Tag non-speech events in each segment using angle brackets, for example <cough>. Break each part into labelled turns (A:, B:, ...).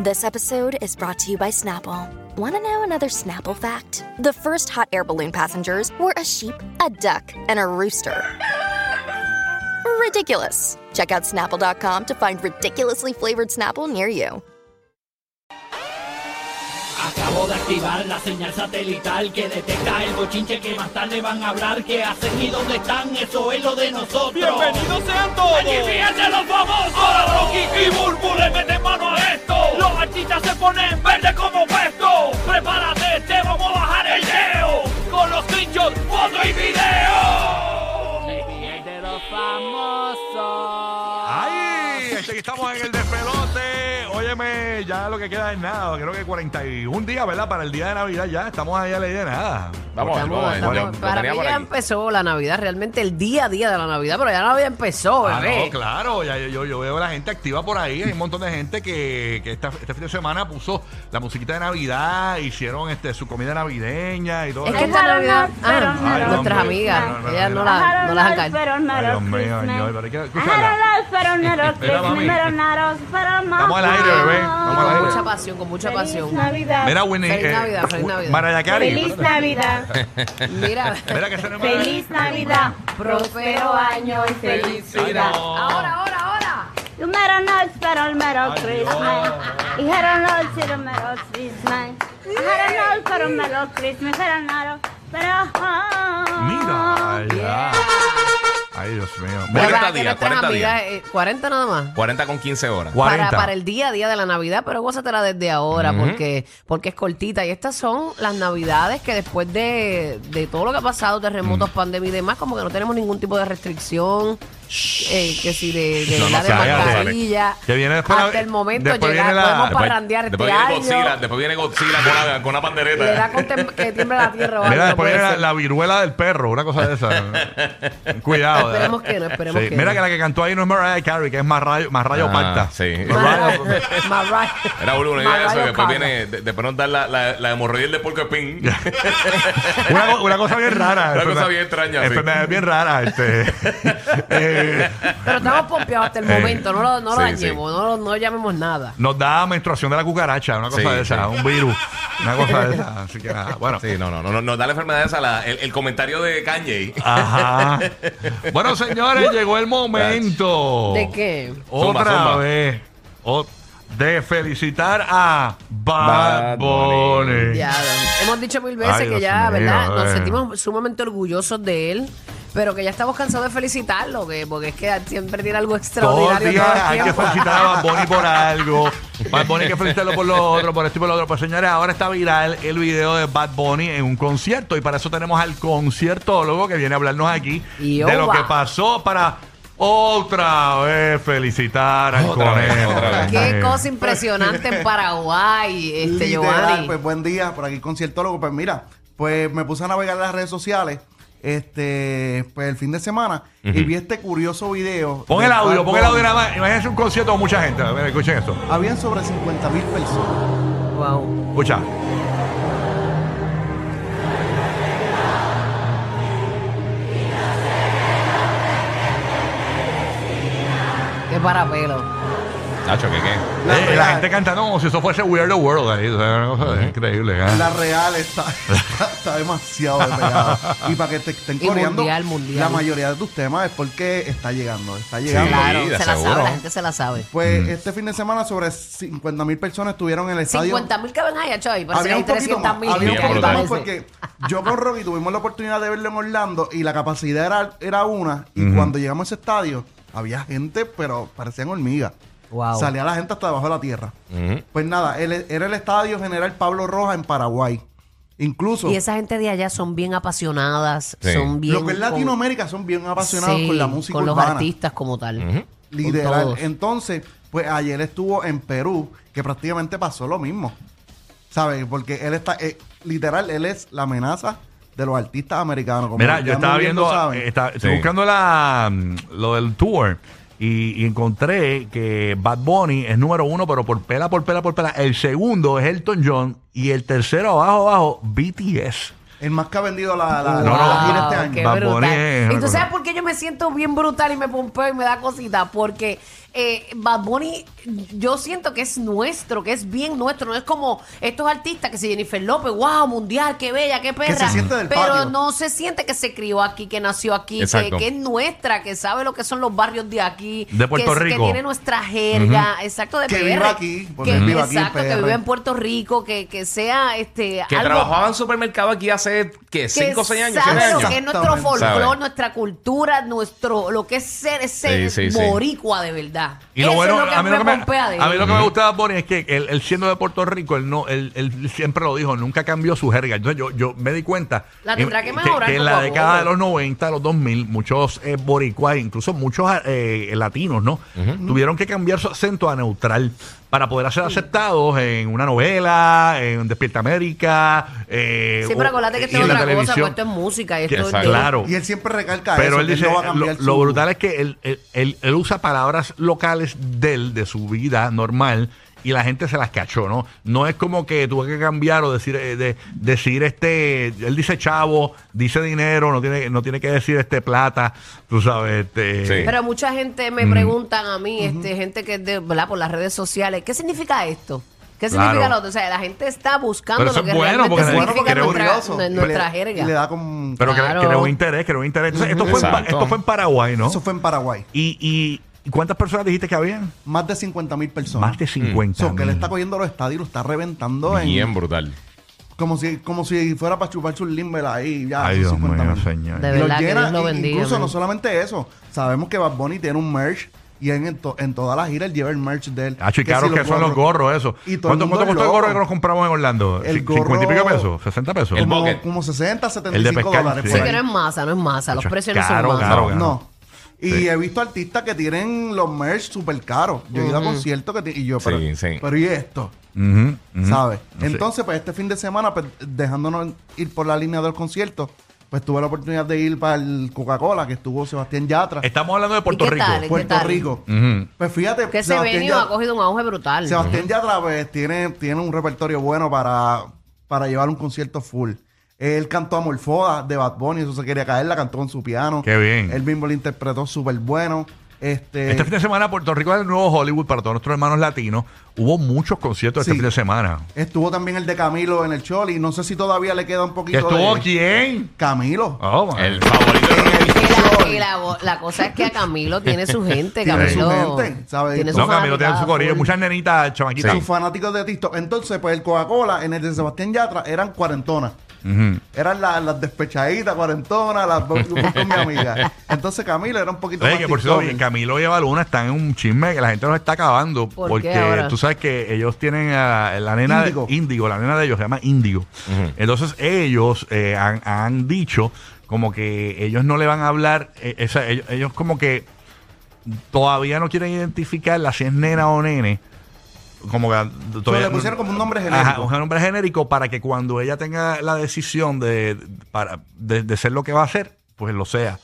A: This episode is brought to you by Snapple. Want to know another Snapple fact? The first hot air balloon passengers were a sheep, a duck, and a rooster. Ridiculous. Check out snapple.com to find ridiculously flavored Snapple near you.
B: Acabo de activar la señal satelital que detecta el bochinche que más tarde van a hablar. ¿Qué hacen y dónde están? Eso es lo de nosotros.
C: ¡Bienvenidos sean todos!
B: ¡Y fíjense los famosos!
C: Ahora Rocky y Burbu le meten mano a esto.
B: Los artistas se ponen verde como puesto. Prepárate, te vamos a bajar el leo. Con los pinchos, foto y video. de los famosos.
D: Ah.
C: ¡Ay! Este, aquí estamos en el despelote. Óyeme, ya lo que queda es nada. Creo que 41 días, ¿verdad? Para el día de Navidad ya. Estamos allá a la idea de nada.
E: Vamos,
C: Porque-
E: vamos,
C: Bueno,
E: vamos.
C: bueno,
E: Lo
D: Para mí
E: tenía por
D: ya
E: aquí.
D: empezó la Navidad, realmente el día a día de la Navidad, pero ya la Navidad empezó,
C: Ah,
D: bebé.
C: no, claro, ya, yo, yo veo a la gente activa por ahí. Hay un montón de gente que, que esta- este fin de semana puso la musiquita de Navidad, hicieron este, su comida navideña y todo.
D: Es que
C: eso.
D: esta Navidad,
F: pero
D: ah,
F: no. Ay,
D: nuestras
C: hombre.
D: amigas,
C: No, no, no,
D: ellas
C: no,
D: no,
C: no.
D: la- no las han caído.
C: Ay, Dios mío, señor, pero hay que escucharla. Mira, mami. Estamos
F: Estamos
C: al aire, bebé. Estamos al
D: Con
C: aire.
D: mucha pasión, con mucha pasión.
F: Navidad.
C: Mira, Winnie.
E: Feliz
D: Navidad, feliz
C: Wi-
D: Navidad.
C: Mariah Carey.
F: Feliz
C: Espérate.
F: Navidad.
C: <laughs>
D: Mira,
C: Mira que se nos
F: Feliz Navidad. Próspero año y felicidad.
D: ahora, ahora, ahora.
F: Número no, pero el mero Christmas. Y Jero no, pero el mero Christmas. Jero no, pero el mero Christmas. Jero no, pero...
C: Mira,
E: Oh,
C: ay, ya. Ay, Dios mío.
D: Pero para
C: Mira,
E: 40
D: que
E: días,
D: nuestras
E: 40
D: amigas, eh, 40 nada más.
E: 40 con 15 horas.
C: 40.
D: Para, para el día a día de la Navidad, pero gózatela desde ahora, porque, porque es cortita. Y estas son las Navidades que después de, de todo lo que ha pasado,
C: Mm.
D: terremotos, pandemia y demás, como que no tenemos ningún tipo de restricción, eh, que si de, de,
E: No, no,
D: la de
C: cállate.
D: mascarilla.
C: Que viene después la-
D: hasta el momento
C: después
D: llegar,
C: viene la-
D: podemos
C: después-
D: parrandear este
E: Después viene
D: año.
E: Godzilla, después viene Godzilla con una, con una pandereta.
D: Le da con
E: <laughs>
D: tem- que tiembla la tierra. o algo,
E: pues,
C: Mira, después
D: puede
C: viene la,
D: ser.
C: la viruela del perro, una cosa de esa.
E: <laughs>
C: Cuidado.
D: Esperemos
C: ¿eh?
D: que no, esperemos que
C: Mira
D: no.
C: que la que cantó ahí no es Mariah Carey, que es más rayo, más rayo
E: Ah,
C: pacta.
E: sí.
C: Mariah-
D: Mariah-
E: Era boludo, una idea de eso, que
D: Mariah
E: después
D: Carey.
E: viene, de- después nos da la, la, la hemorroida del porco pin.
C: una, co- una cosa bien rara.
E: Una cosa
C: enfermedad-
E: bien extraña, sí.
C: Enfermedad bien rara. Este.
E: <laughs>
C: Eh,
D: Pero estamos pompeados hasta el
C: Eh,
D: momento, no lo, no lo
E: sí,
D: dañemos, no, lo- no llamemos nada.
C: nos da menstruación de la cucaracha, una cosa
E: Sí,
C: de esa,
E: sí.
C: un virus, una cosa de esa. Así que nada, <laughs> bueno.
E: Sí, no, no, no, no, nos da la enfermedad esa, la, el, el comentario
C: <laughs>
E: de Kanye.
C: Ajá. Bueno, señores, llegó el momento.
D: ¿De qué?
C: Otra
E: Zumba, zumba.
C: vez. O- de felicitar a Bad
E: Bad
C: Bunny.
D: Ya, hemos dicho mil veces
C: Ay,
D: que
C: Dios
D: ya,
C: mío,
D: ¿verdad?
C: eh.
D: Nos sentimos sumamente orgullosos de él, pero que ya estamos cansados de felicitarlo, que, porque es que siempre tiene algo
C: Todos los
D: extraordinario.
C: días
D: todo el
C: hay que
D: tiempo.
C: felicitar a Bad Bunny
D: <laughs>
C: por algo. Bad Bunny hay que felicitarlo por lo otro, por esto y por lo otro. Pues señores, ahora está viral el video de Bad Bunny en un concierto. Y para eso tenemos al conciertólogo que viene a hablarnos aquí
D: Y
C: de lo
D: oba.
C: que pasó para otra vez felicitar al
E: Otra vez,
C: conejo.
E: otra vez.
C: Eh.
D: Qué cosa impresionante en Paraguay, este
G: Literal,
D: Giovanni.
G: pues buen día, por aquí conciertólogo. Pues mira, pues me puse a navegar en las redes sociales este pues el fin de semana y vi este curioso video.
C: Pon el
G: del
C: audio,
G: Bad
C: pon el audio
G: Bunny.
C: nada más. Imagínense un concierto con mucha gente. A ver, escuchen esto.
G: Habían sobre 50 mil personas.
D: Wow.
C: Escucha.
D: Qué parapelo.
E: Nacho, ¿qué qué?
G: La,
C: Eh,
G: real,
C: la gente cantando como si eso fuese Weird the World. ahí, o sea, una cosa increíble. ¿eh?
G: la real
C: <laughs>
G: está, está, está demasiado despegada. y para que te estén
D: Y
G: corriendo,
D: mundial, mundial.
G: la mayoría de tus temas es porque está llegando, está llegando.
D: Claro,
E: de
D: se la
E: seguro.
D: sabe, la gente se la sabe.
G: Pues este fin de semana sobre 50 mil personas estuvieron en el estadio.
D: 50 mil caben allá, Choy. Parece que
G: Había
D: hay
G: un poquito
D: 300
G: más,
D: mil.
G: había un
E: Bien
G: poquito
E: brutal.
G: más porque yo con Rocky tuvimos la oportunidad de verlo en Orlando y la capacidad era, era una y cuando llegamos a ese estadio había gente pero parecían hormigas.
D: Wow.
G: Salía la gente hasta debajo de la tierra.
E: Ujú.
G: Pues nada, él- era el estadio General Pablo Rojas en Paraguay. Incluso
D: Y esa gente de allá son bien apasionadas,
E: Sí.
D: son bien...
G: lo que es
D: con-
G: Latinoamérica son bien apasionados
D: Sí,
G: con la música
D: Con los
G: urbana.
D: artistas como tal. Con
G: Literal.
D: todos.
G: Entonces, pues ayer estuvo en Perú, que prácticamente pasó lo mismo. ¿Sabes? Porque él está, eh, literal, él es la amenaza de los artistas americanos. Como
C: Mira,
G: ya
C: yo estaba
G: muy bien lo
C: viendo,
G: saben.
C: eh, está- estoy
E: Sí.
C: buscando la, mm, lo del tour y, y encontré que Bad Bunny es número uno, pero por pela, por pela, por pela. El segundo es Elton John y el tercero abajo, abajo, BTS.
G: el más que ha vendido la, la,
C: No,
G: la- la
C: no.
G: gira este
D: Wow,
G: año.
D: Ah, qué
C: Bad Bunny
D: brutal.
C: es una
D: Y tú
C: cosa.
D: sabes por qué yo me siento bien brutal y me pompeo y me da cosita. Porque eh, Bad Bunny, yo siento que es nuestro, que es bien nuestro. No es como estos artistas que si Jennifer López, wow, mundial, qué bella, qué perra.
G: se siente del
D: pero
G: patio.
D: no se siente que se crió aquí, que nació aquí, que,
E: Exacto.
D: que es nuestra, que sabe lo que son los barrios de aquí.
C: De Puerto
D: que, es-
C: Rico.
D: Que tiene nuestra jerga, exacto, de
G: Que
D: PR.
G: vive aquí, porque él vive aquí en
D: Exacto, que
G: PR.
D: vive en Puerto Rico, que, que sea este,
E: Que
D: algo
E: trabajaba en supermercado aquí hace, ¿qué?
D: que
E: 5 o 6 años,
D: sabe
E: 7
D: lo
E: años.
D: que es nuestro
G: Exactamente.
D: folclore,
E: Sabe.
D: nuestra cultura, nuestro lo que es ser, ser
E: Sí, sí, sí.
D: boricua de verdad.
C: Y lo
D: Eso
C: bueno,
D: es lo que
C: a mí lo que me,
D: pompea de
C: a mí
D: él.
C: lo que me gusta de Bad Bunny es que él, él siendo de Puerto Rico, él no, él, él siempre lo dijo, nunca cambió su jerga. Entonces yo, yo me di cuenta
D: La
C: eh,
D: tendrá que mejorar
C: que en
D: poco
C: la
D: a
C: década de
D: poco.
C: los 90, los 2000, muchos eh, boricuas, incluso muchos eh, latinos, ¿no? Tuvieron que cambiar su acento a neutral para poder ser aceptados en una novela, en Despierta América, eh,
D: Sí, pero
C: o-
D: acuérdate que esto
C: y
D: es
C: en la
D: otra cosa,
C: televisión.
D: pues esto es música y
C: Que-
D: esto es de-
C: claro.
G: Y él siempre recalca eso,
C: Pero él
G: que
C: dice,
G: no va a
C: lo,
G: cambiar
C: lo
G: su-
C: brutal es que él, él- él- él usa palabras locales de él, de su vida normal, y la gente se las cachó, ¿no? No es como que tuve que cambiar o decir, eh, de- decir este, él dice chavo, dice dinero, no tiene, no tiene que decir este plata, tú sabes, este...
E: Sí.
D: Pero mucha gente me preguntan a mí, este, gente que es de, ¿verdad? por las redes sociales, ¿qué significa esto? ¿Qué
C: Claro.
D: significa lo otro? O sea, la gente está buscando
C: Pero eso
D: lo que
C: es bueno,
D: realmente
C: porque-
G: Es bueno porque
D: significa
G: él es
D: nuestra,
G: orgulloso.
D: nu-
G: Y le-
D: nuestra
G: Y le
D: jerga.
G: da con...
C: Pero cre-
D: Claro.
C: creó interés, creó interés. Entonces, esto, fue en, Pa-
E: Exacto.
C: esto fue en Paraguay, ¿no?
G: Eso fue en Paraguay.
C: ¿Y, y, y cuántas personas dijiste que habían?
G: Más de 50 mil personas.
C: Más de 50.
G: So, que él
C: mil.
G: está cogiendo los estadios y lo está reventando en...
E: Bien brutal.
G: Como si, como si fuera para chupar sus limbel ahí. Ya,
C: Ay,
G: Ah, son
C: Dios mío,
G: 50.000.
C: señor.
D: De
G: Y
D: verdad, que Dios lo
G: y-
D: bendiga,
G: Incluso
D: man.
G: no solamente eso. Sabemos que Bad Bunny tiene un merch y en, en, to- en toda la gira él lleva el merch de él.
C: Ah, chicaros
G: si
C: que son los gorros, eso.
G: Y todo el
C: ¿Cuánto,
G: mundo
C: cuánto
G: es
C: costó el gorro
G: loco.
C: que nos compramos en Orlando? Ci-
G: El gorro-
C: ¿50 y pico pesos? ¿60 pesos?
E: El
G: como,
E: bucket.
G: como 60, 75
C: El de pescar,
G: dólares.
C: sí.
D: Sí,
G: por
D: que
G: ahí.
D: no es masa, no es masa. Los
C: Mucho,
D: precios
C: caro,
D: no son masa.
C: caro, caro.
G: No. Y
C: Sí.
G: he visto artistas que tienen los merch súper caros. Yo he ido a conciertos que ti- y yo, pero,
E: Sí, sí.
G: pero ¿y esto?
C: Ujú, ujú.
G: ¿Sabes?
C: Sí.
G: Entonces, pues este fin de semana, pues, dejándonos ir por la línea del concierto, pues tuve la oportunidad de ir para el Coca-Cola, que estuvo Sebastián Yatra,
C: Estamos hablando de Puerto
D: qué
C: Rico.
D: tal?
G: Puerto
D: tal?
G: Rico.
C: Ujú.
G: Pues fíjate,
D: Que ese venio
G: Yatra-
D: ha cogido un auge brutal.
G: Sebastián Yatra pues, tiene, tiene un repertorio bueno para, para llevar un concierto full. Él cantó Amorfoda de Bad Bunny, eso se quería caer, la cantó en su piano.
C: Qué bien.
G: Él mismo lo interpretó súper bueno. Este,
C: Este fin de semana, Puerto Rico es el nuevo Hollywood para todos nuestros hermanos latinos. Hubo muchos conciertos
G: Sí.
C: este fin de semana.
G: Estuvo también el de Camilo en el Choli. No sé si todavía le queda un poquito
C: ¿Estuvo
G: de...
C: quién?
G: Camilo.
C: Oh, my.
E: El favorito de Rocky.
D: Que la, que la- la cosa es que a Camilo tiene su gente.
G: Tiene
D: Camilo,
G: su gente, ¿sabes?
D: Tiene su
C: no, Camilo tiene
D: fanaticada
C: su corillo.
D: full.
C: Muchas nenitas, chamaquitas.
G: Sus fanáticos de TikTok. Entonces, pues el Coca-Cola en el de Sebastián Yatra eran cuarentonas.
C: Ujú.
G: Eran la- las despechaditas, cuarentonas, las dos con mi amiga. Entonces Camilo era un poquito
C: Oye,
G: más
C: que por cierto,
G: TikToker.
C: Camilo y Eva Luna están en un chisme que la gente los está acabando.
D: ¿Por qué
C: porque
D: ahora?
C: tú sabes que ellos tienen a la nena
G: Índigo.
C: de Índigo, la nena de ellos se llama Índigo. Entonces ellos eh, han, han dicho como que ellos no le van a hablar, eh, esa- ellos, ellos como que todavía no quieren identificarla si es nena o nene. Como que todavía
G: le pusieron como un nombre
C: Ajá,
G: genérico.
C: un nombre genérico para que cuando ella tenga la decisión de, para, de, de ser lo que va a ser, pues lo sea.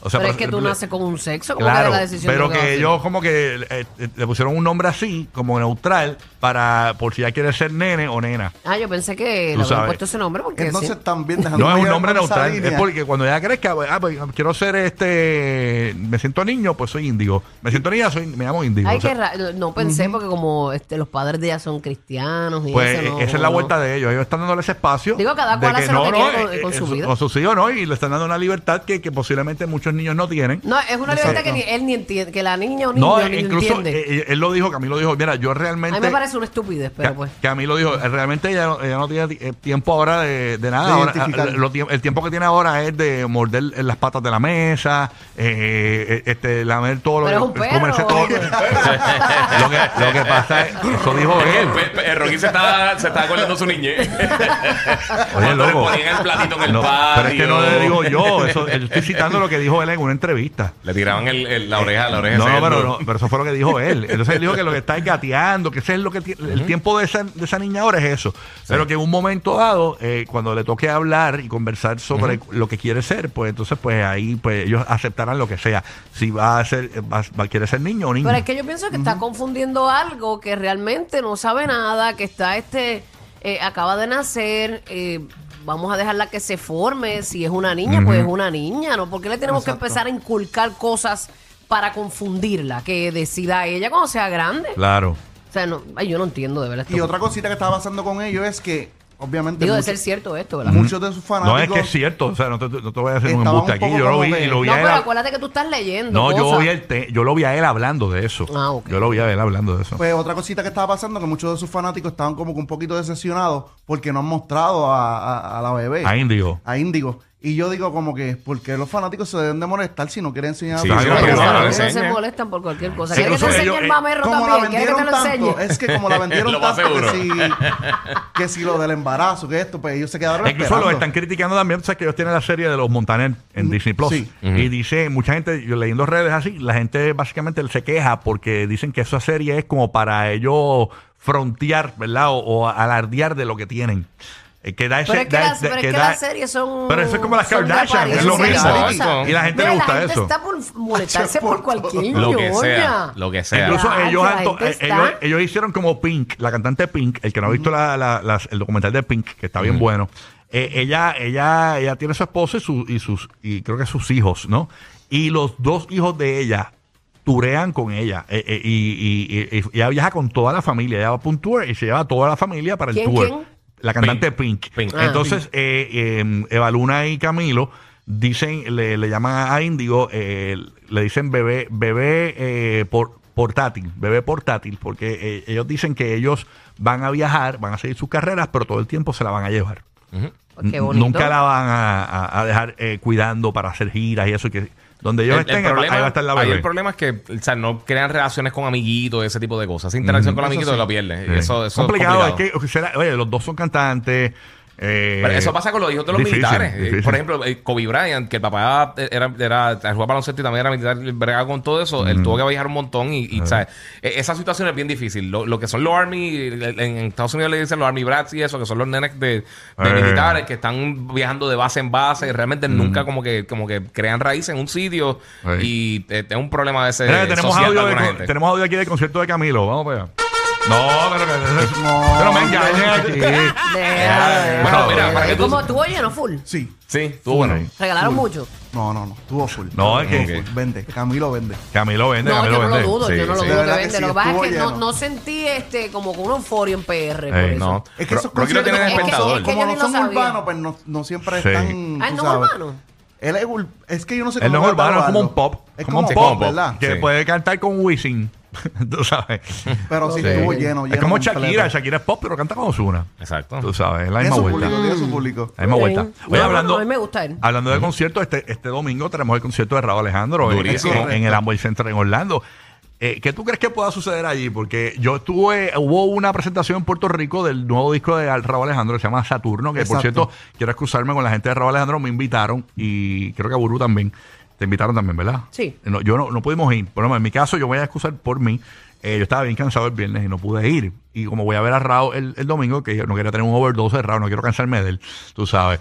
C: O sea,
D: Pero es que
C: para-
D: tú
C: le-
D: naces con un sexo. ¿Cómo que
C: Claro,
D: de la decisión de
C: pero
D: lo va a
C: que
D: hacer?
C: ellos como que eh, eh, le pusieron un nombre así, como neutral, para por si ya quiere ser nene o nena.
D: Ah, yo pensé que le
C: Tú
D: habían
C: sabes.
D: puesto ese nombre porque...
G: Entonces
D: sí.
G: también dejando
C: No es un
G: llevar
C: nombre
G: por esa
C: neutral,
G: línea,
C: es porque cuando ella crezca, pues, ah, pues, quiero ser este, me siento niño, pues soy índigo. Me siento niña, soy, me llamo índigo.
D: Ay,
C: O sea,
D: qué ra- No pensé porque como este, los padres de ella son cristianos y
C: pues
D: eso no-
C: esa es la
D: no.
C: vuelta de ellos. Ellos están dándole ese espacio.
D: Digo, cada
C: de
D: cual hace lo que quiere con-
C: eh,
D: con
C: eh,
D: su vida.
C: Con sus hijos, ¿no? Y le están dando una libertad que, que posiblemente muchos niños no tienen.
D: No, es una libertad que
G: Exacto.
D: ni, él ni entiende, que la niña o niño
C: No,
D: ni
C: incluso
D: entiende.
C: eh, eh, él lo dijo, Camilo dijo, mira, yo realmente...
D: a mí me parece una estupidez, pero
C: Ca-
D: pues...
C: Camilo dijo, eh, realmente ella, no- ella no tiene ti- eh, tiempo ahora de, de nada.
G: De
C: Ahora,
G: identificar.
C: eh, lo tiemp- el tiempo que tiene ahora es de morder eh, las patas de la mesa, eh, eh, este, lamer todo lo
D: Pero
C: que...
D: es un
C: comerse
D: perro.
C: todo lo, que, <laughs> lo que pasa es... Eso dijo él.
E: Pe- pe- El Rocky se está, se está acordando de su niñez.
C: Oye,
E: <laughs> Cuando
C: loco.
E: Le ponían el platito en el
C: No,
E: patio.
C: pero es que no le digo yo. Eso, yo estoy citando lo que dijo él en una entrevista.
E: Le tiraban el, el- la oreja, la oreja.
C: Eh, No,
E: ese
C: no, pero,
E: dedo.
C: no, pero eso fue lo que dijo él. Entonces él dijo que lo que está es gateando, que ese es lo que ti- el tiempo de esa, de esa niña ahora es eso. Pero que en un momento dado, eh, cuando le toque hablar y conversar sobre lo que quiere ser, pues entonces pues ahí pues ellos aceptarán lo que sea. Si va a ser, eh, va, va- quiere ser niño o niña.
D: Pero es que yo pienso que está confundiendo algo que realmente no sabe nada, que está este, eh, acaba de nacer, eh, vamos a dejarla que se forme, si es una niña, pues es una niña, ¿no? ¿Por qué le tenemos que empezar a inculcar cosas para confundirla, que decida ella cuando sea grande.
C: Claro.
D: O sea, no, ay, yo no entiendo de verdad esto.
G: Y otra cosita que estaba pasando con ellos es que, obviamente,
D: Digo de
G: muchos-
D: ser cierto esto, ¿verdad?
G: muchos de sus fanáticos...
C: No es que es cierto, o sea, no te, no te voy a hacer un
G: Estaba
C: embuste
G: un
C: aquí.
G: poco
C: Yo lo vi
G: como que-
C: y lo
D: No,
C: vi a él.
D: pero
C: a-
D: acuérdate que tú estás leyendo.
C: No, yo
D: cosas.
C: vi, el te- yo lo vi a él hablando de eso.
D: Ah, ok.
C: Yo lo vi a él hablando de eso.
G: Pues otra cosita que estaba pasando, que muchos de sus fanáticos estaban como que un poquito decepcionados porque no han mostrado a, a- a la bebé.
C: a Indio.
G: a Índigo. Y yo digo como que, ¿por qué los fanáticos se deben de molestar si no quieren enseñar
E: Sí,
G: a
E: sí,
D: Pero
E: Pero
D: los
E: no lo
D: fanáticos se
E: enseñe.
D: molestan por cualquier cosa.
C: Sí,
D: ¿Quieres que te
C: incluso
D: enseñe
C: ellos-
D: el mamerro
G: Como la
D: también? ¿Quieres que te
G: vendieron
D: lo enseñe?
G: tanto, es que
C: <laughs>
G: como la vendieron
E: Lo más
G: tanto que si,
E: seguro.
G: que si lo del embarazo, que esto, pues ellos se quedaron
C: Incluso los
G: esperando. Mm,
C: están criticando también, o sea, que ellos tienen la serie de los Montaner en Disney Plus.
G: sí.
C: Y dice, mucha gente, yo leyendo redes así, la gente básicamente se queja porque dicen que esa serie es como para ellos frontear, ¿verdad? O, o alardear de lo que tienen. Eh, que da ese-
D: Pero es que,
C: da-
D: las,
C: da-
D: pero es
C: que
D: que
C: da-
D: las series son.
C: Pero eso es como las
D: son de
C: Kardashian,
D: apariencia
C: es lo
D: y
C: mismo.
D: cosas.
E: Exacto.
C: Y la gente
D: Mira,
C: le gusta
D: gente
C: eso.
D: está por molestarse
G: Por
D: por cualquier
E: Lo que sea,
D: ñoña.
E: lo que sea.
C: Incluso
D: Claro,
C: ellos,
D: la
C: anto-
D: gente
C: eh,
D: está-
C: ellos, ellos hicieron como Pink, la cantante Pink, el que no ha visto la- la- las- el documental de Pink, que está bien bueno. eh, ella, ella, ella tiene su esposo y, su- y sus, y creo que sus hijos, ¿no? Y los dos hijos de ella turean con ella. eh, eh, y, y- y- y ella viaja con toda la familia. Ella va a un tour y se lleva a toda la familia para el
D: ¿Quién,
C: tour.
D: quién?
C: La cantante Pink.
E: Pink.
D: Ah.
C: Entonces, eh, eh, Eva Luna y Camilo dicen, le, le llaman a Índigo, eh, le dicen bebé, bebé eh, por, portátil, bebé portátil, porque eh, ellos dicen que ellos van a viajar, van a seguir sus carreras, pero todo el tiempo se la van a llevar.
D: Oh, Qué
C: N-
D: bonito.
C: Nunca la van a, a- a dejar eh, cuidando para hacer giras y eso. que Donde ellos
E: El- el
C: estén,
E: problema-
C: ahí va a estar la
E: ahí
C: bebé.
E: el problema es que o sea, no crean relaciones con amiguitos, ese tipo de cosas. Esa interacción con amiguitos lo pierden.
C: Mm, Sí.
E: Y Eso, eso
C: complicado,
E: es
C: es
E: complicado.
C: que, o sea, la- oye, los dos son cantantes. eh,
E: Pero eso pasa con los hijos de los
C: difícil,
E: militares. Eh,
C: difícil.
E: Por ejemplo, eh, Kobe Bryant, que el papá era, era, jugaba baloncesto y también era militar, bregaba con todo eso. Él tuvo que viajar un montón y, y, ¿sabes? Eh, esa situación es bien difícil. Lo, lo que son los Army, eh, en Estados Unidos le dicen los Army Brats y eso, que son los nenes de, de
C: Eh.
E: militares que están viajando de base en base y realmente nunca como que, como que crean raíz en un sitio
C: Eh.
E: y eh, es un problema de ese
C: Mira, que tenemos,
E: social
C: audio
E: de
C: de
E: alguna
C: con-
E: gente.
C: tenemos audio aquí del concierto de Camilo. Vamos para allá. No, pero, que-
G: No,
C: pero me
G: no,
C: engañen aquí.
D: Déjalo,
E: Bueno,
D: déjalo,
E: mira, para
D: déjalo.
E: que tú-
D: Como tú, oye, no full.
G: Sí.
E: Sí, estuvo bueno.
D: Regalaron mucho.
G: No, no, no. Tuvo full.
C: No, es que
G: Tuvo full. Vende. Camilo vende.
C: Camilo vende,
D: No,
C: Camilo
D: yo no lo
C: vende.
D: dudo, yo
E: Sí,
D: no lo
E: sí.
D: dudo
G: De
D: que
G: verdad que
D: vende.
G: sí,
D: lo que pasa es
G: estuvo
D: que no,
G: lleno.
D: no sentí este como con un euforio en PR. por
C: Eh,
D: eso.
E: No.
G: Es que esos
E: Rocky no tiene
G: conciertos-
E: despertador.
D: Es que
G: Como
D: yo ni
G: no
D: lo
G: son
D: sabía.
G: urbanos, pues no, no siempre
C: Sí.
G: están.
D: Ah,
G: tú
D: ¿no es
G: sabes.
D: urbano?
G: Él es, ur- es que yo no sé
C: Él no es urbano, es como un
G: catalogarlo.
C: pop.
G: Es
C: como un
E: sí,
C: pop,
G: ¿verdad?
C: Que
E: Sí.
C: puede cantar con Wisin. <laughs> Tú sabes.
G: Pero sí,
C: Sí.
G: estuvo lleno, lleno.
C: es como
G: completo.
C: Shakira. Shakira es pop, pero canta con Ozuna.
E: Exacto.
C: Tú sabes, es la
G: Tiene
C: misma
G: su
C: vuelta.
G: público, tiene su público.
C: La misma
D: Sí.
C: vuelta.
D: No, no, no, a mí me gusta él.
C: Hablando de conciertos, este, este domingo tenemos el concierto de Raúl Alejandro en,
E: Durísimo.
C: en- en el Amway Center en Orlando. Eh, ¿Qué tú crees que pueda suceder allí? Porque yo estuve, hubo una presentación en Puerto Rico del nuevo disco de Al- Raúl Alejandro que se llama Saturno, que por
G: Exacto.
C: cierto, quiero excusarme con la gente de Raúl Alejandro, me invitaron y creo que a Burú también. Te invitaron también, ¿verdad?
D: Sí.
C: No, yo no, no pudimos ir. Bueno, en mi caso, yo voy a excusar por mí. Eh, yo estaba bien cansado el viernes y no pude ir. Y como voy a ver a Raúl el, el domingo, que yo no quería tener un overdose de Raúl, no quiero cansarme de él, tú sabes.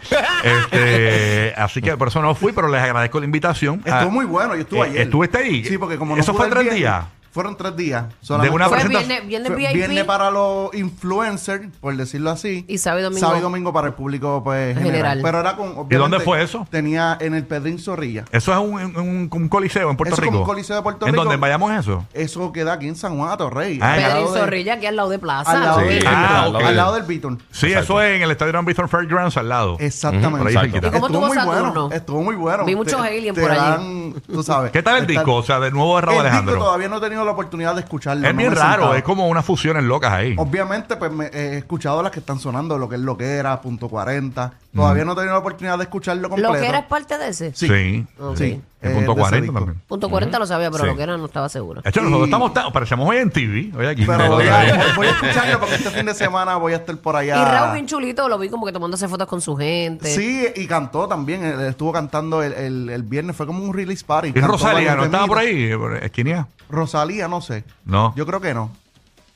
C: Este, así que por eso no fui, pero les agradezco la invitación.
G: Estuvo
C: Ah,
G: muy bueno, yo estuve
C: eh,
G: ayer.
C: ¿Estuviste ahí?
G: Sí, porque como no
C: ¿Eso
G: pude
C: fue
G: el
C: tres
G: viernes,
C: días?
G: Fueron tres días.
C: una
D: Fue
C: presenta-
D: viernes, viernes
G: Fue
D: VIP.
G: viernes para los influencers, por decirlo así.
D: Y sábado y domingo.
G: Sábado y domingo para el público pues,
D: General.
G: general. Pero era con. obviamente,
C: dónde fue eso?
G: Tenía en el Pedrín Zorrilla.
C: Eso es un, un- un coliseo en Puerto
G: Eso es
C: Rico.
G: como un coliseo de Puerto
C: ¿En
G: Rico.
C: dónde? ¿En Bayamón es eso?
G: Eso queda aquí en San Juan, a Torrey.
C: Ah,
G: al
C: ya.
D: Pedro
G: lado
D: y
G: de-
D: Zorrilla aquí al lado de Plaza.
G: Al lado,
E: Sí,
G: de-
E: es
C: verdad,
G: al
C: ok. Mm,
G: al lado del Beaton.
C: Sí, eso es en el estadio Ambristón Fairgrounds al lado.
G: Exactamente.
C: Por ahí
E: Exacto.
C: cerquita.
D: ¿Y cómo tuvo
G: muy bueno.
D: Saturno?
G: Estuvo muy bueno.
D: Vi muchos
G: Te-
D: aliens
G: te
D: por allí.
G: dan, tú sabes.
C: ¿Qué tal el
G: Está-
C: disco? O sea, de nuevo de Raúl
G: el disco
C: Alejandro.
G: todavía no he tenido la oportunidad de escucharlo.
C: Es
G: no
C: bien
G: me he
C: raro,
G: sentado.
C: es como unas fusiones locas ahí.
G: Obviamente, pues me he escuchado las que están sonando, lo que es lo que era, punto 40. Todavía no he tenido la oportunidad de escucharlo completo.
D: Lo que era es parte de ese.
C: Sí.
G: sí.
D: Ok.
G: Sí.
C: El
G: Eh,
C: punto
G: de
C: 40
G: Sadico.
C: también.
D: Punto 40 lo sabía, pero
C: Sí.
D: lo que era no estaba seguro.
C: De hecho, nosotros
G: Y-
C: estamos, tan- parecemos hoy en TV, hoy aquí.
G: Pero
C: Nosotros
G: voy a,
C: ahí.
G: voy- voy a escucharlo porque este fin de semana voy a estar por
D: Y
G: allá.
D: Raúl bien chulito, lo vi como que tomándose fotos con su gente.
G: Sí, y cantó también. él Estuvo cantando el, el- el viernes. Fue como un release party.
C: ¿Y
G: Cantó
C: Rosalía
G: varios
C: no estaba por
G: temitas.
C: ahí? eh, por- ¿Esquinía?
G: Rosalía, no sé.
C: No.
G: Yo creo que no.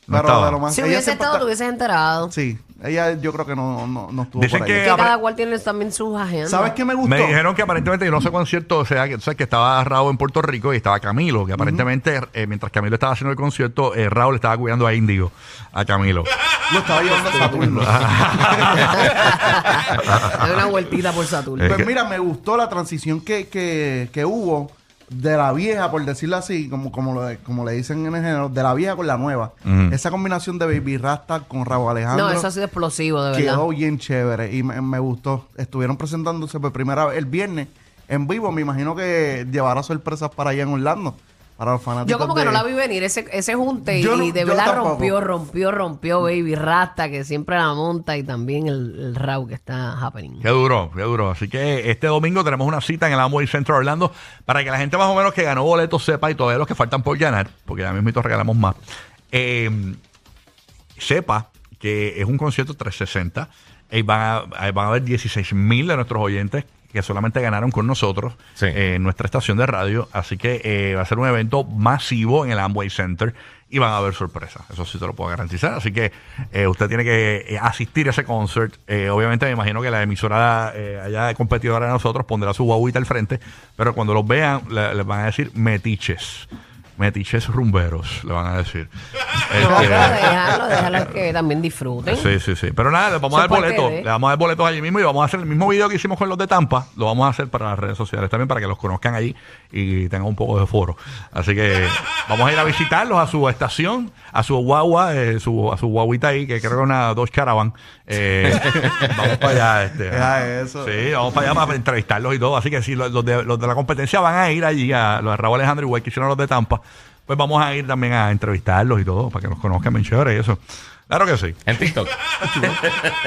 C: No
G: Pero
C: estaba.
G: de lo más.
D: Si
G: ella
D: hubiese
G: siempre
D: estado, te
G: está-
D: hubieses enterado.
G: Sí, ella yo creo que no, no, no estuvo
C: Dicen
G: por
C: que-
G: ahí.
D: Que
C: apre-
D: cada cual tiene también sus agendas.
G: ¿Sabes qué me gustó?
C: Me dijeron que aparentemente, yo no sé cuán cierto, o sea, que, o sea, que estaba Raúl en Puerto Rico y estaba Camilo, que aparentemente, eh, mientras Camilo estaba haciendo el concierto, eh, Raúl estaba cuidando a Índigo, a Camilo.
G: Lo estaba
C: <laughs>
G: llevando a Saturno.
C: Ah.
D: Hay una vueltita por Saturno.
C: Eh,
G: Pues mira, me gustó la transición que, que, que hubo de la vieja, por decirlo así, como, como, lo de- como le dicen en el género, de la vieja con la nueva. Esa combinación de Baby Rasta con Raúl Alejandro.
D: No, eso ha sido explosivo, de verdad.
G: Quedó bien chévere y me, me gustó. Estuvieron presentándose por primera vez el viernes en vivo. Me imagino que llevará sorpresas para allá en Orlando, para los fanáticos.
D: Yo como que
G: de-
D: no la vi venir ese, ese junte y,
G: Yo no-
D: y de
G: yo
D: verdad
G: tampoco.
D: rompió, rompió, rompió Baby Rasta que siempre la monta y también el, el Raw que está happening.
C: Qué duro, qué duro. Así que este domingo tenemos una cita en el Amway Center Orlando para que la gente más o menos que ganó boletos sepa y todavía los que faltan por ganar, porque ya mismo regalamos más, eh, sepa que es un concierto 360 y van a, ahí van a haber 16 mil de nuestros oyentes que solamente ganaron con nosotros
E: Sí.
C: eh, en nuestra estación de radio. Así que eh, va a ser un evento masivo en el Amway Center y van a haber sorpresas. Eso sí te lo puedo garantizar. Así que eh, usted tiene que eh, asistir a ese concert. Eh, obviamente me imagino que la emisora eh, allá competidora de nosotros pondrá su guaguita al frente, pero cuando los vean le- les van a decir metiches. Metiches rumberos, le van a decir.
D: No,
C: Este,
D: pero déjalo, déjalo que también disfruten.
C: Sí, sí, sí. Pero nada, le vamos a dar
D: Eso es parte
C: boletos.
D: de-
C: Le vamos a dar boletos allí mismo y vamos a hacer el mismo video que hicimos con los de Tampa. Lo vamos a hacer para las redes sociales también para que los conozcan allí y tengan un poco de foro. Así que vamos a ir a visitarlos a su estación, a su guagua, eh, su- a su guaguita ahí, que creo que es una dos caravan. Eh, vamos para allá. Este,
G: Ya, eso.
C: Sí, vamos para allá para entrevistarlos y todo. Así que si los, los de, los de la competencia van a ir allí, a los de Raúl Alejandro igual que hicieron los de Tampa, pues vamos a ir también a entrevistarlos y todo para que nos conozcan bien chévere y eso. Claro que sí.
E: En TikTok.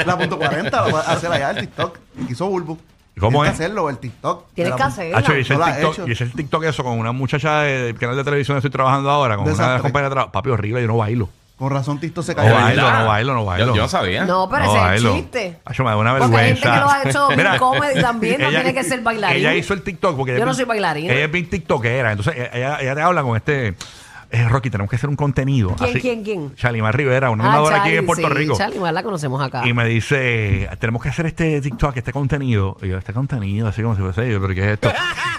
G: La punto 40 la voy a hacer allá el TikTok. Quiso Bulbo.
C: ¿Cómo
G: Tienes
C: es?
G: que hacerlo, el TikTok.
D: Tienes
G: De la
D: que
G: pun-
D: hacerlo.
C: Hacho, hice, el
G: No la he
C: TikTok,
G: hecho.
C: hice el TikTok eso con una muchacha de- del canal de televisión que estoy trabajando ahora, con una
G: Desastre.
C: compañera de trabajo. Papi, horrible, yo no bailo.
G: Con razón, Tito se
C: No
G: cayó.
C: bailo,
E: ¿verdad?
C: no bailo, no bailo.
E: Yo, yo no sabía.
D: No, pero
C: No
D: ese es el
C: bailo.
D: chiste.
C: Acho, me da una
D: Porque hay gente
C: vergüenza.
D: que lo ha
C: <laughs>
D: hecho bien
C: Mira,
D: comedy también, no tiene que ser bailarín.
C: Ella hizo el TikTok porque...
D: Yo
C: ella es
D: no
C: bien-
D: soy bailarina.
C: Ella es bien tiktokera. Entonces, e-, ella, ella te habla con este... eh, Rocky, tenemos que hacer un contenido.
D: ¿Quién, quién, quién? Ah,
C: Shalimar Rivera, una animadora aquí en Puerto Rico.
D: Chalimar la conocemos acá.
C: Y me dice, tenemos que hacer este TikTok, este contenido. Y yo, este contenido, así como si fuese yo, pero ¿qué es esto?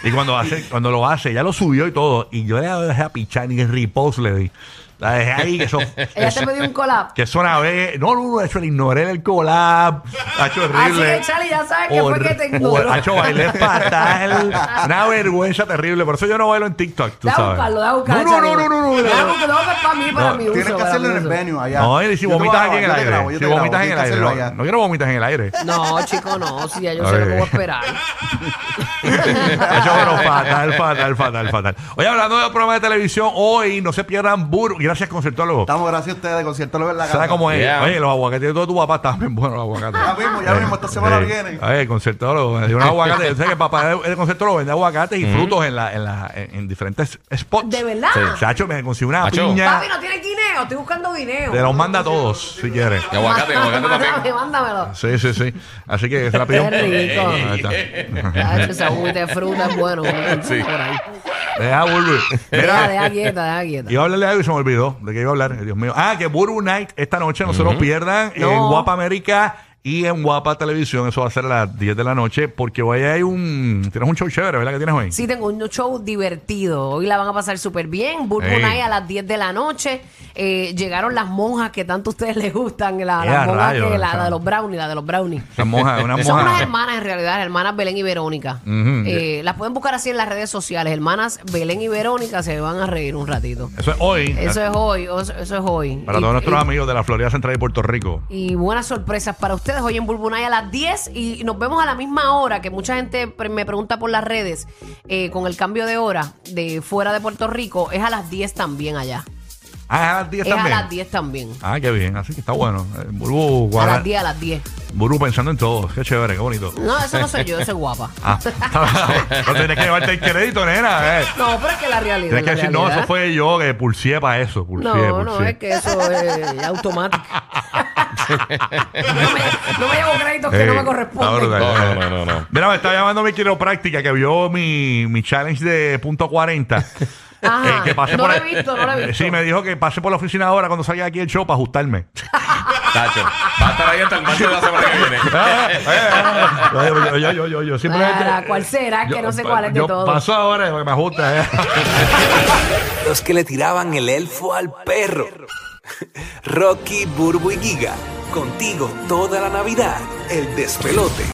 C: y cuando hace, cuando lo hace, ya lo subió y todo. Y yo la dejé a pichar y repost le di. La dejé ahí, que eso.
D: Ella te pidió un collab.
C: Que suena a ver. No, no, no, eso le ignoré el collab. Ha hecho horrible.
D: Así que, Charlie, ya sabes que fue que te ignoró.
C: Ha hecho bailé fatal. Una vergüenza terrible. Por eso yo no bailo en TikTok. Tú
D: Da
C: sabes.
D: buscarlo, da buscarlo.
C: No, no, no, no, no, no,
D: Da buscarlo,
C: no.
D: da buscarlo para mí, para
C: No,
D: mi uso.
G: Tienes que
D: para
G: hacerlo
D: mi
G: en el
D: uso.
G: venue allá.
C: No, y si
G: Yo te voy
C: vomitas
G: a
C: aquí en el
G: grabar, yo te grabo,
C: aire.
G: yo
C: Si
G: te grabo,
C: vomitas en el
G: tienes que
C: aire.
G: hacerlo
C: No
G: allá.
C: no quiero vomitas en el aire.
D: No, chico, no. Si ya yo
C: A
D: sé
C: ver.
D: lo que voy a esperar.
C: Eso, pero fatal, fatal, fatal, fatal. Oye, hablando de programas de televisión, hoy no se pierdan Bur. Gracias, concertólogo.
G: Estamos gracias a ustedes de concierto. Lo ven la
C: ¿Sabes cómo es?
E: Yeah.
C: Oye, los aguacates de todo tu papá están bien buenos, los aguacates.
G: Ya mismo, ya mismo, esta semana
C: Eh,
G: viene.
C: Oye, el concertólogo. Me dio un aguacate. Yo sé que papá el el concertólogo vende aguacates
E: Mm.
C: y frutos en, la, en, la, en, en diferentes spots.
D: ¿De verdad?
C: Sí. Chacho, me consiguió una
E: Chacho.
C: piña.
D: Papi, no tienes guineo. Estoy buscando guineo.
C: Te los manda a todos, si quieres.
E: Y aguacate, aguacate
D: <laughs> Mándame,
E: también.
D: mándamelo.
C: Sí, sí, sí. Así que se la pidió.
D: Qué rico.
C: Ahí está.
D: Ya, ese sándwich de fruta es bueno.
E: Sí.
D: Por ahí.
C: Deja, Burbu.
D: Deja,
C: eh, Mira,
D: deja quieta, deja quieta.
C: Iba a hablarle algo y se me olvidó de qué iba a hablar. Dios mío. Ah, que Burbu Night esta noche no se lo pierdan en
D: No.
C: Guapa América y en Guapa Televisión. Eso va a ser a las 10 de la noche porque hoy hay un. Tienes un show chévere, ¿verdad? Que tienes hoy.
D: Sí, tengo un show divertido. Hoy la van a pasar súper bien.
C: Ey.
D: Burbunay a las 10 de la noche. Eh, llegaron las monjas que tanto a ustedes les gustan. La,
C: Ea,
D: las monjas
C: rayos,
D: que, la,
C: esa.
D: la de los brownies, la de los brownies.
C: Una
D: <laughs>
C: moja, una
D: Son unas
C: moja.
D: hermanas en realidad, hermanas Belén y Verónica. Eh, las pueden buscar así en las redes sociales. Hermanas Belén y Verónica se van a reír un ratito.
C: Eso es hoy.
D: Eso es hoy, o- eso es hoy.
C: Para
D: Y-
C: todos nuestros
D: y-
C: amigos de la Florida Central y Puerto Rico.
D: y buenas sorpresas para ustedes hoy en Bulbunay a las 10 y nos vemos a la misma hora que mucha gente pre- me pregunta por las redes eh, con el cambio de hora de fuera de Puerto Rico es a las 10 también allá.
C: Ah, a las 10
D: Es a
C: también.
D: las 10 también.
C: Ah, qué bien. Así que está bueno. Eh, Burbu,
D: A
C: guarda-
D: las 10, a las 10.
C: Burbu pensando en todo. Qué chévere, qué bonito.
D: No, eso no soy yo, eso es guapa.
C: Ah, <laughs> no tienes que llevarte el crédito, nena. eh.
D: No, pero es que la realidad.
C: Tienes que
D: la
C: decir, no,
D: realidad.
C: eso fue yo que pulsé para eso. Pulsé,
D: No, no,
C: pulsé.
D: es que eso es automático. no, me, no me llevo créditos que
C: Eh,
D: no me
C: está
D: corresponden.
C: brutal.
E: No, no, no, no, no.
C: Mira, me está llamando mi quiropráctica que vio mi, mi challenge de punto 40. eh,
D: Ajá. No
C: por
D: lo he
C: ahí-
D: visto, no lo he
C: Eh,
D: visto.
C: Sí, me dijo que pase por la oficina ahora cuando salga de aquí el show para ajustarme.
E: Tacho. Va a estar ahí hasta el martes de la semana que viene.
C: yo, yo, yo, yo, yo, yo simplemente-
D: Para, ¿cuál será? Que no sé cuál es de
C: yo
D: todos.
C: Paso ahora porque me ajusta. eh.
H: Los que le tiraban el elfo al perro. <laughs> Rocky, Burbu y Giga. Contigo toda la Navidad. El despelote.